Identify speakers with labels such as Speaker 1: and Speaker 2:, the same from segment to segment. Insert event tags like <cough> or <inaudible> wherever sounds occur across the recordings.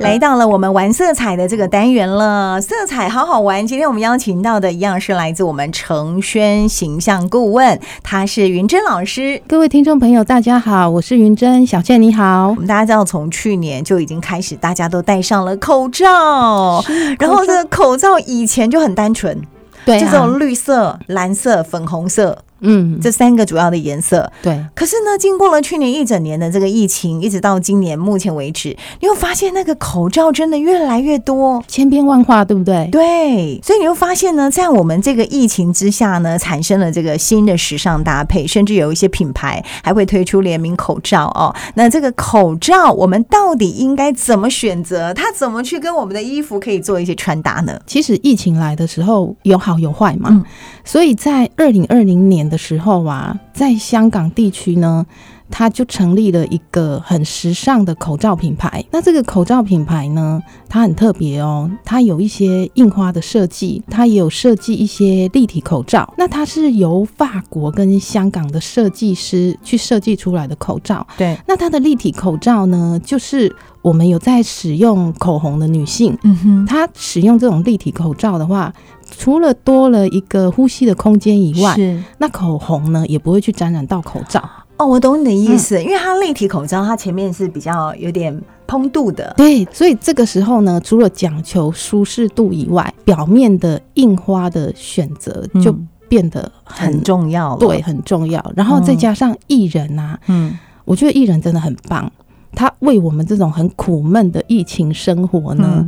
Speaker 1: 来到了我们玩色彩的这个单元了，色彩好好玩。今天我们邀请到的一样是来自我们程轩形象顾问，他是云珍老师。
Speaker 2: 各位听众朋友，大家好，我是云珍，小倩你好
Speaker 1: 我。们大家知道，从去年就已经开始，大家都戴上了口罩，然后这个口罩以前就很单纯，
Speaker 2: 对、
Speaker 1: 就
Speaker 2: 啊，
Speaker 1: 这种绿色、蓝色、粉红色
Speaker 2: 嗯，
Speaker 1: 这三个主要的颜色。
Speaker 2: 对，
Speaker 1: 可是呢，经过了去年一整年的这个疫情，一直到今年目前为止，你会发现那个口罩真的越来越多。
Speaker 2: 千变万化，对不对？
Speaker 1: 对，所以你会发现呢，在我们这个疫情之下呢，产生了这个新的时尚搭配，甚至有一些品牌还会推出联名口罩哦。那这个口罩，我们到底应该怎么选择？它怎么去跟我们的衣服可以做一些穿搭呢？
Speaker 2: 其实疫情来的时候有好有坏嘛，
Speaker 1: 嗯
Speaker 2: 所以在二零二零年的时候啊，在香港地区呢，它就成立了一个很时尚的口罩品牌。那这个口罩品牌呢，它很特别哦，它有一些印花的设计，它也有设计一些立体口罩。那它是由法国跟香港的设计师去设计出来的口罩。
Speaker 1: 对，
Speaker 2: 那它的立体口罩呢，就是我们有在使用口红的女性。
Speaker 1: 嗯哼，
Speaker 2: 它使用这种立体口罩的话，除了多了一个呼吸的空间以外，
Speaker 1: 是
Speaker 2: 那口红呢也不会去沾染到口罩。
Speaker 1: 哦，我懂你的意思，
Speaker 2: 嗯
Speaker 1: 因为它立体口罩，它前面是比较有点蓬度的，
Speaker 2: 对，所以这个时候呢，除了讲求舒适度以外，表面的印花的选择
Speaker 1: 嗯
Speaker 2: 就变得很,、
Speaker 1: 很重要了。
Speaker 2: 对，，很重要。然后再加上艺人啊，
Speaker 1: 嗯，
Speaker 2: 我觉得艺人真的很棒。他为我们这种很苦闷的疫情生活
Speaker 1: 嗯
Speaker 2: 呢，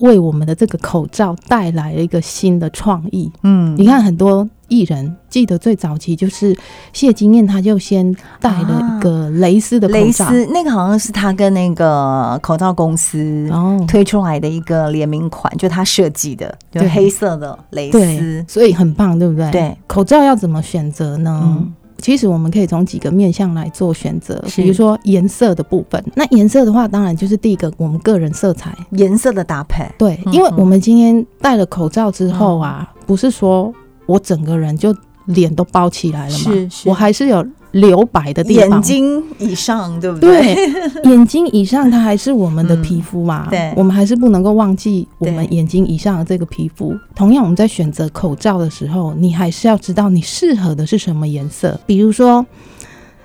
Speaker 2: 为我们的这个口罩带来了一个新的创意。
Speaker 1: 嗯，
Speaker 2: 你看很多艺人，记得最早期就是谢金燕，她就先戴了一个蕾丝的口
Speaker 1: 啊蕾
Speaker 2: 罩，
Speaker 1: 丝那个好像是他跟那个口罩公司
Speaker 2: 然后
Speaker 1: 推出来的一个联名款，就他设计的，就
Speaker 2: 对
Speaker 1: 黑色的蕾
Speaker 2: 对
Speaker 1: 丝，，
Speaker 2: 所以很棒，对不对？，
Speaker 1: 对，
Speaker 2: 口罩要怎么选择呢？
Speaker 1: 嗯
Speaker 2: 其实我们可以从几个面向来做选择，
Speaker 1: 是
Speaker 2: 比如说颜色的部分。那颜色的话，当然就是第一个我们个人色彩。
Speaker 1: 颜色的搭配，
Speaker 2: 对，
Speaker 1: 嗯
Speaker 2: 因为我们今天戴了口罩之后啊，不是说我整个人就脸都包起来了嘛，
Speaker 1: 是是
Speaker 2: 我还是有留白的地方，
Speaker 1: 眼睛以上，对不对？
Speaker 2: 对，眼睛以上它还是我们的皮肤嘛，
Speaker 1: 嗯对
Speaker 2: 我们还是不能够忘记我们
Speaker 1: 对
Speaker 2: 眼睛以上的这个皮肤。同样，我们在选择口罩的时候，你还是要知道你适合的是什么颜色。比如说，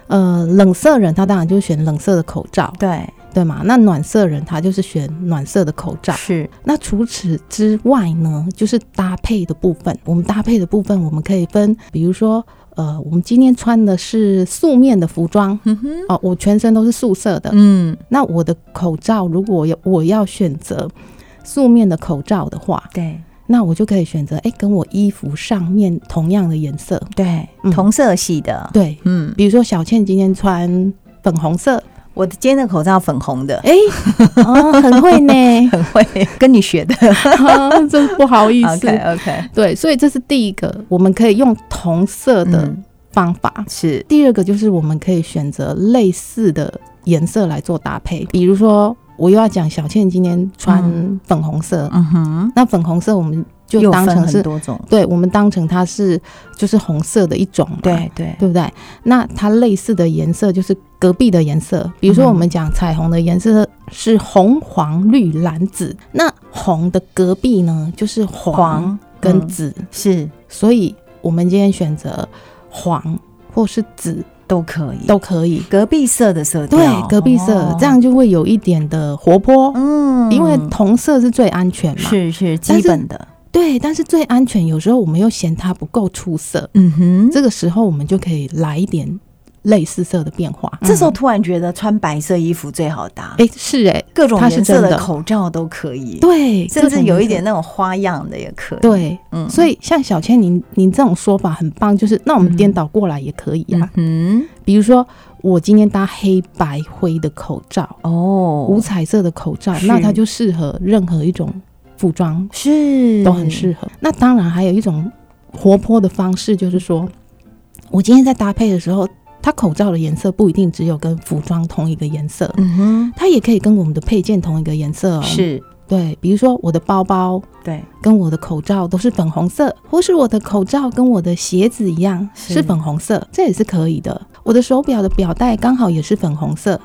Speaker 2: 呃，冷色人他当然就选冷色的口罩，
Speaker 1: 对，
Speaker 2: 对吗？那暖色人他就是选暖色的口罩。
Speaker 1: 是
Speaker 2: 那除此之外呢，就是搭配的部分。我们搭配的部分，我们可以分，比如说，呃，我们今天穿的是素面的服装，
Speaker 1: 嗯哼，
Speaker 2: 哦，我全身都是素色的。
Speaker 1: 嗯，
Speaker 2: 那我的口罩，如果有我要选择素面的口罩的话，
Speaker 1: 对
Speaker 2: 那我就可以选择哎、诶跟我衣服上面同样的颜色。
Speaker 1: 对，
Speaker 2: 嗯
Speaker 1: 同色系的，
Speaker 2: 对，
Speaker 1: 嗯，
Speaker 2: 比如说小倩今天穿粉红色，
Speaker 1: 我的今天的口罩粉红的，
Speaker 2: 哎、哦，很会 <laughs> 呢，
Speaker 1: 很会 <laughs> 跟你学的
Speaker 2: 啊真不好意思。
Speaker 1: ，OK OK，
Speaker 2: 对，所以这是第一个，我们可以用同色的
Speaker 1: 嗯，
Speaker 2: 方法。
Speaker 1: 是
Speaker 2: 第二个就是我们可以选择类似的颜色来做搭配，比如说我又要讲小倩今天穿粉红色，
Speaker 1: 嗯哼，
Speaker 2: 那粉红色我们就
Speaker 1: 又
Speaker 2: 当
Speaker 1: 分
Speaker 2: 成
Speaker 1: 很
Speaker 2: 是，
Speaker 1: 多种，
Speaker 2: 对，我们当成它是就是红色的一种嘛，
Speaker 1: 对对，
Speaker 2: 对不对？那它类似的颜色就是隔壁的颜色，比如说
Speaker 1: 嗯
Speaker 2: 我们讲彩虹的颜色是红、黄、绿、蓝、紫，那红的隔壁呢就是黄
Speaker 1: 黄
Speaker 2: 跟
Speaker 1: 嗯
Speaker 2: 紫，
Speaker 1: 是
Speaker 2: 所以我们今天选择黄或是紫
Speaker 1: 都可以，
Speaker 2: 都可以，
Speaker 1: 隔壁色的色调，
Speaker 2: 对，隔壁色、
Speaker 1: 哦
Speaker 2: 这样就会有一点的活泼。
Speaker 1: 嗯
Speaker 2: 因为同色是最安全嘛，
Speaker 1: 是是
Speaker 2: 但
Speaker 1: 基
Speaker 2: 是
Speaker 1: 本的，
Speaker 2: 对，但是最安全，有时候我们又嫌它不够出色，
Speaker 1: 嗯哼
Speaker 2: 这个时候我们就可以来一点类似色的变化。嗯
Speaker 1: 这时候突然觉得穿白色衣服最好搭，
Speaker 2: 哎、诶是哎、
Speaker 1: 各种
Speaker 2: 它是
Speaker 1: 颜色
Speaker 2: 真的
Speaker 1: 口罩都可以，
Speaker 2: 对，
Speaker 1: 甚
Speaker 2: 这
Speaker 1: 至
Speaker 2: 种
Speaker 1: 有一
Speaker 2: 颜色
Speaker 1: 点那种花样的也可以。，
Speaker 2: 对。
Speaker 1: 嗯
Speaker 2: 所以像小千您您这种说法很棒，就是那我们
Speaker 1: 嗯
Speaker 2: 颠倒过来也可以啊。
Speaker 1: 嗯
Speaker 2: 比如说我今天搭黑白灰的口罩，
Speaker 1: 哼，哦
Speaker 2: 五，彩色的口罩，
Speaker 1: 是
Speaker 2: 那它就适合任何一种服装
Speaker 1: 是
Speaker 2: 都很适合。那当然还有一种活泼的方式，就是说我今天在搭配的时候，它口罩的颜色不一定只有跟服装同一个颜色，
Speaker 1: 嗯
Speaker 2: 它也可以跟我们的配件同一个颜色哦。
Speaker 1: 哼，，是，
Speaker 2: 对，比如说我的包包
Speaker 1: 对，
Speaker 2: 跟我的口罩都是粉红色，或是我的口罩跟我的鞋子一样
Speaker 1: 是
Speaker 2: 是粉红色，这也是可以的。我的手表的表带刚好也是粉红色。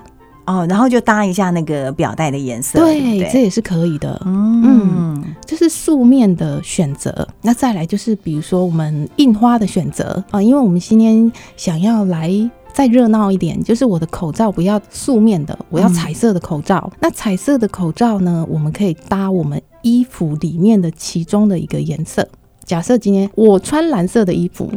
Speaker 1: 哦，然后就搭一下那个表带的颜色，对不
Speaker 2: 这
Speaker 1: 对？
Speaker 2: 也是可以的。
Speaker 1: 嗯，
Speaker 2: 这是素面的选择。那再来就是，比如说我们印花的选择啊、呃因为我们今天想要来。再热闹一点，就是我的口罩不要素面的，我要
Speaker 1: 嗯
Speaker 2: 彩色的口罩。那彩色的口罩呢，我们可以搭我们衣服里面的其中的一个颜色。假设今天我穿蓝色的衣服，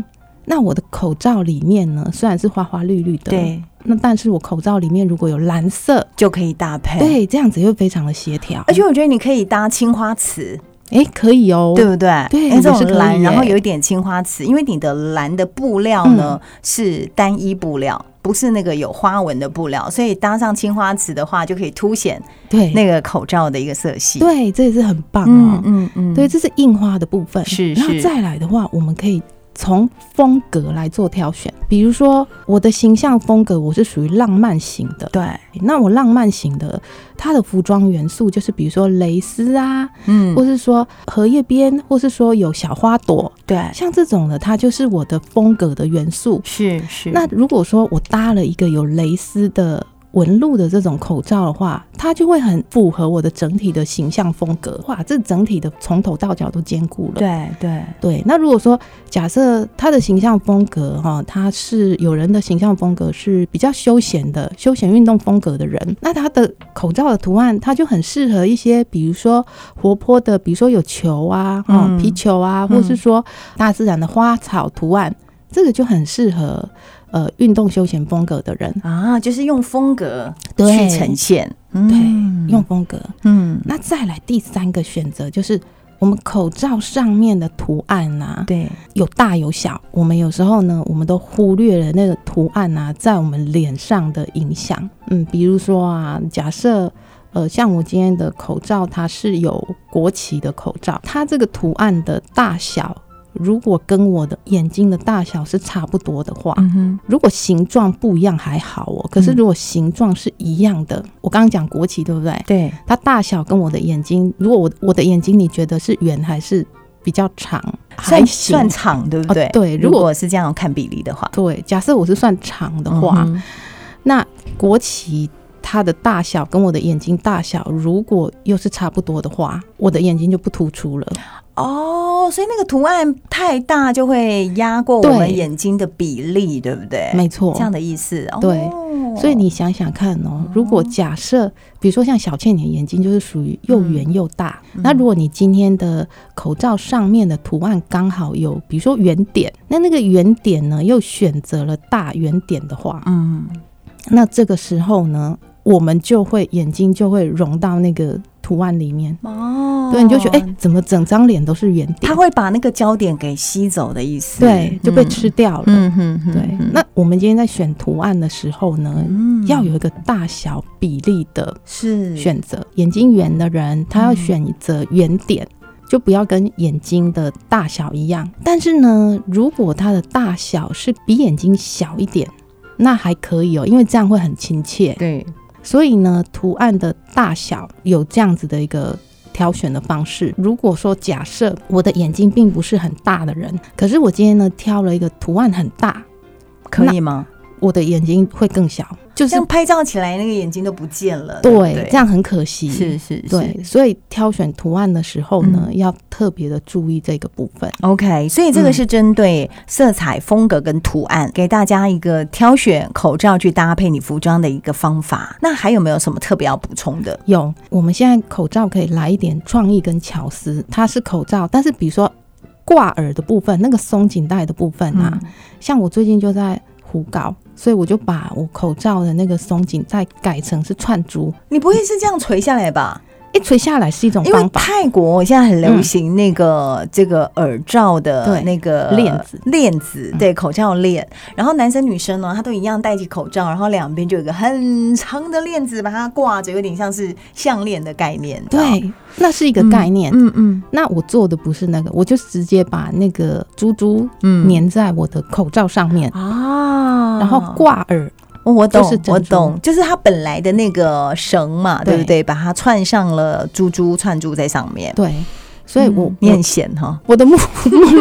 Speaker 2: 那我的口罩里面呢，虽然是花花绿绿的，，
Speaker 1: 对，
Speaker 2: 那但是我口罩里面如果有蓝色，
Speaker 1: 就可以搭配。，
Speaker 2: 对，这样子又非常的协调。
Speaker 1: 哎而且我觉得你可以搭青花瓷，
Speaker 2: 哎，可以哦，
Speaker 1: 对不对？
Speaker 2: 对
Speaker 1: 哎这种
Speaker 2: 也是可以
Speaker 1: 蓝，
Speaker 2: 耶
Speaker 1: 然后有一点青花瓷，因为你的蓝的布料呢、是单一布料，不是那个有花纹的布料，所以搭上青花瓷的话，就可以凸显
Speaker 2: 对，
Speaker 1: 那个口罩的一个色系。，
Speaker 2: 对，这也是很棒
Speaker 1: 嗯
Speaker 2: 哦。
Speaker 1: 嗯嗯，
Speaker 2: 对，这是印花的部分。
Speaker 1: 是
Speaker 2: 然后
Speaker 1: 是
Speaker 2: 再来的话，我们可以从风格来做挑选。比如说，我的形象风格我是属于浪漫型的。
Speaker 1: 对，
Speaker 2: 那我浪漫型的，它的服装元素就是比如说蕾丝啊，
Speaker 1: 嗯
Speaker 2: 或是说荷叶边，或是说有小花朵，
Speaker 1: 对，
Speaker 2: 像这种的，它就是我的风格的元素。
Speaker 1: 是是，
Speaker 2: 那如果说我搭了一个有蕾丝的纹路的这种口罩的话，它就会很符合我的整体的形象风格。哇，这整体的从头到脚都兼顾了。
Speaker 1: 对对，
Speaker 2: 对，那如果说假设他的形象风格哈，他是有人的形象风格是比较休闲的休闲运动风格的人，那他的口罩的图案，它就很适合一些，比如说活泼的，比如说有球啊，哈、
Speaker 1: 嗯
Speaker 2: 皮球啊，或是说大自然的花草图案，这个就很适合呃运动休闲风格的人，
Speaker 1: 啊，就是用风格去
Speaker 2: 对
Speaker 1: 呈现，
Speaker 2: 对用风格。
Speaker 1: 嗯，
Speaker 2: 那再来第三个选择就是我们口罩上面的图案啊，
Speaker 1: 对，
Speaker 2: 有大有小，我们有时候呢，我们都忽略了那个图案啊，在我们脸上的影响。嗯，比如说啊，假设呃，像我今天的口罩，它是有国旗的口罩，它这个图案的大小，如果跟我的眼睛的大小是差不多的话，
Speaker 1: 嗯哼，
Speaker 2: 如果形状不一样还好哦，可是
Speaker 1: 嗯
Speaker 2: 如果形状是一样的，我刚刚讲国旗对不对？
Speaker 1: 对，
Speaker 2: 它大小跟我的眼睛，如果我我的眼睛你觉得是圆还是比较长，还
Speaker 1: 算
Speaker 2: 行
Speaker 1: 算长，对不对？
Speaker 2: 哦对
Speaker 1: 如
Speaker 2: 如果
Speaker 1: 果是这样看比例的话，
Speaker 2: 对，假设我是算长的话，
Speaker 1: 嗯哼
Speaker 2: 那国旗它的大小跟我的眼睛大小如果又是差不多的话，我的眼睛就不突出了。
Speaker 1: 哦，所以那个图案太大就会压过我们
Speaker 2: 对
Speaker 1: 眼睛的比例，对不对？
Speaker 2: 没错
Speaker 1: 哎这，样的意思。哦嗯
Speaker 2: 对，所以你想想看哦，如果假设，比如说像小倩，你的眼睛就是属于又圆又大，
Speaker 1: 嗯
Speaker 2: 那如果你今天的口罩上面的图案刚好有，比如说圆点，那那个圆点呢又选择了大圆点的话，
Speaker 1: 嗯，
Speaker 2: 那这个时候呢，我们就会眼睛就会融到那个图案里面。
Speaker 1: 哦，
Speaker 2: 对，你就觉得哎、怎么整张脸都是圆点
Speaker 1: 它？会把那个焦点给吸走的意思，
Speaker 2: 对，就被
Speaker 1: 嗯
Speaker 2: 吃。掉了。
Speaker 1: 嗯哼哼，
Speaker 2: 对
Speaker 1: 哼，
Speaker 2: 那我们今天在选图案的时候呢，
Speaker 1: 嗯
Speaker 2: 要有一个大小比例的
Speaker 1: 是
Speaker 2: 选择。眼睛圆的人，他要
Speaker 1: 嗯
Speaker 2: 选择圆点。就不要跟眼睛的大小一样，但是呢，如果它的大小是比眼睛小一点，那还可以哦，因为这样会很亲切。
Speaker 1: 对，
Speaker 2: 所以呢，图案的大小有这样子的一个挑选的方式。如果说假设我的眼睛并不是很大的人，可是我今天呢挑了一个图案很大，
Speaker 1: 可以吗？
Speaker 2: 我的眼睛会更小，就
Speaker 1: 这
Speaker 2: 是
Speaker 1: 样拍照起来，那个眼睛都不见了。对不
Speaker 2: 对，这样很可惜。
Speaker 1: 是是
Speaker 2: 对
Speaker 1: 是，嗯
Speaker 2: 所以挑选图案的时候呢，要特别的注意这个部分。
Speaker 1: OK，所以这
Speaker 2: 嗯
Speaker 1: 个是针对色彩、风格跟图案，给大家一个挑选口罩去搭配你服装的一个方法。那还有没有什么特别要补充的？
Speaker 2: 有，我们现在口罩可以来一点创意跟巧思，它是口罩，但是比如说挂耳的部分，那个松紧带的部分啊，
Speaker 1: 嗯
Speaker 2: 像我最近就在胡搞，所以我就把我口罩的那个松紧带改成是串珠，
Speaker 1: 你不会是这样垂下来吧？
Speaker 2: 一垂下来是一种
Speaker 1: 因为
Speaker 2: 方法。
Speaker 1: 泰国现在很流行那个、这个耳罩的
Speaker 2: 对
Speaker 1: 那个
Speaker 2: 链子，嗯
Speaker 1: 链子对，口罩链。然后男生女生呢，他都一样戴起口罩，然后两边就有一个很长的链子把它挂着，有点像是项链的概念。
Speaker 2: 对，那是一个概念。
Speaker 1: 嗯嗯
Speaker 2: 那我做的不是那个，我就直接把那个珠珠
Speaker 1: 嗯
Speaker 2: 粘在我的口罩上面，
Speaker 1: 啊，
Speaker 2: 然后挂耳。
Speaker 1: 哦我懂，
Speaker 2: 就是珍珠
Speaker 1: 我懂，就是它本来的那个绳嘛，对
Speaker 2: 对
Speaker 1: 不对？把它串上了珠珠，串珠在上面。嗯
Speaker 2: 对，所以我、
Speaker 1: 你
Speaker 2: 我
Speaker 1: 很闲哈，
Speaker 2: <laughs> 我的目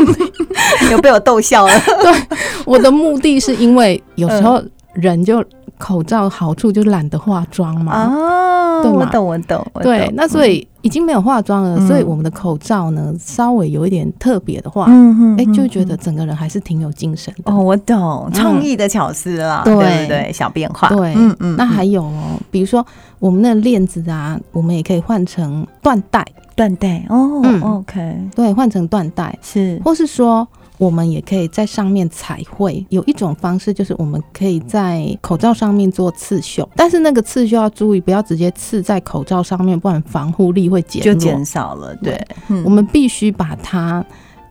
Speaker 1: <laughs> 又被我逗笑了。嗯
Speaker 2: 我的目的是因为有时候人就口罩好处就懒得化妆嘛。
Speaker 1: 哦，
Speaker 2: <laughs> 对
Speaker 1: 我
Speaker 2: 嘛
Speaker 1: 懂，我懂，我懂
Speaker 2: 对，那所以已经没有化妆了，
Speaker 1: 嗯
Speaker 2: 所以我们的口罩呢稍微有一点特别的话，哎、
Speaker 1: 嗯嗯，嗯
Speaker 2: 就会觉得整个人还是挺有精神的。
Speaker 1: 哦，我懂，创意的巧思啦，对
Speaker 2: 对
Speaker 1: 不对？小变化，
Speaker 2: 对
Speaker 1: 嗯嗯，
Speaker 2: 那
Speaker 1: 嗯
Speaker 2: 还有哦，比如说我们的链子啊，我们也可以换成缎带，
Speaker 1: 断代哦
Speaker 2: 嗯
Speaker 1: ，OK，
Speaker 2: 对，换成缎带，
Speaker 1: 是
Speaker 2: 或是说我们也可以在上面彩绘。有一种方式就是我们可以在口罩上面做刺绣，但是那个刺绣要注意，不要直接刺在口罩上面，不然防护力会减
Speaker 1: 就
Speaker 2: 弱。
Speaker 1: 减少了，对，嗯
Speaker 2: 我们必须把它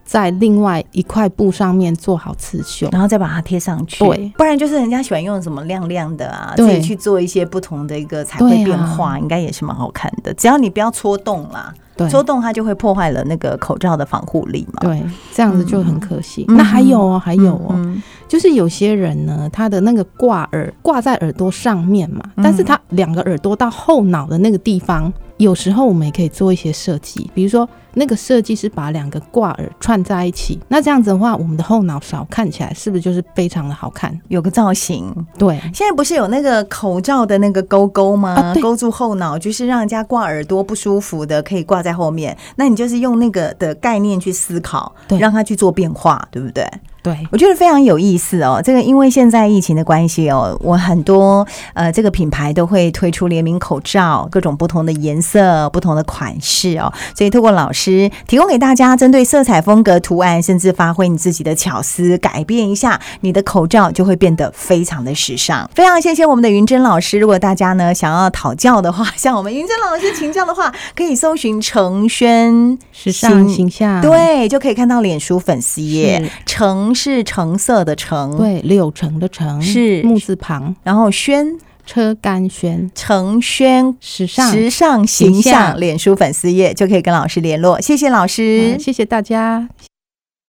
Speaker 2: 在另外一块布上面做好刺绣。
Speaker 1: 然后再把它贴上去，
Speaker 2: 嗯对，
Speaker 1: 不然就是人家喜欢用什么亮亮的啊，自
Speaker 2: 对
Speaker 1: 己去做一些不同的一个彩绘
Speaker 2: 对啊
Speaker 1: 变化，应该也是蛮好看的。只要你不要戳洞啦，
Speaker 2: 对。
Speaker 1: 戳洞它就会破坏了那个口罩的防护力嘛。
Speaker 2: 对，这样子就很可惜。
Speaker 1: 嗯
Speaker 2: 那还有哦，还
Speaker 1: 还
Speaker 2: 有哦，
Speaker 1: 嗯
Speaker 2: 就是有些人呢，他的那个挂耳挂在耳朵上面嘛，
Speaker 1: 嗯
Speaker 2: 但是他两个耳朵到后脑的那个地方，有时候我们也可以做一些设计，比如说那个设计是把两个挂耳串在一起，那这样子的话，我们的后脑勺看起来是不是就是非常的好看？
Speaker 1: 有个造型，
Speaker 2: 对，
Speaker 1: 现在不是有那个口罩的那个勾勾吗？
Speaker 2: 啊对
Speaker 1: 勾住后脑，就是让人家挂耳朵不舒服的，可以挂在后面。那你就是用那个的概念去思考，
Speaker 2: 对
Speaker 1: 让它去做变化，对不对？
Speaker 2: 对，
Speaker 1: 我觉得非常有意思哦。这个因为现在疫情的关系哦，我很多呃这个品牌都会推出联名口罩，各种不同的颜色、不同的款式哦。所以透过老师提供给大家，针对色彩、风格、图案，甚至发挥你自己的巧思，改变一下你的口罩，就会变得非常的时尚。非常谢谢我们的云珍老师。如果大家呢想要讨教的话，向我们云珍老师请教的话，可以搜寻程轩。
Speaker 2: 时尚
Speaker 1: 行
Speaker 2: 形象，
Speaker 1: 对，就可以看到脸书粉丝页
Speaker 2: 是，
Speaker 1: 橙是橙色的橙，，
Speaker 2: 对，柳橙的橙
Speaker 1: 是
Speaker 2: 木字旁，
Speaker 1: 然后轩
Speaker 2: 车甘轩，
Speaker 1: 橙轩
Speaker 2: 时尚。
Speaker 1: 时尚形
Speaker 2: 形
Speaker 1: 象
Speaker 2: 象
Speaker 1: 脸书粉丝页就可以跟老师联络，谢谢老师，
Speaker 2: 嗯谢谢大家，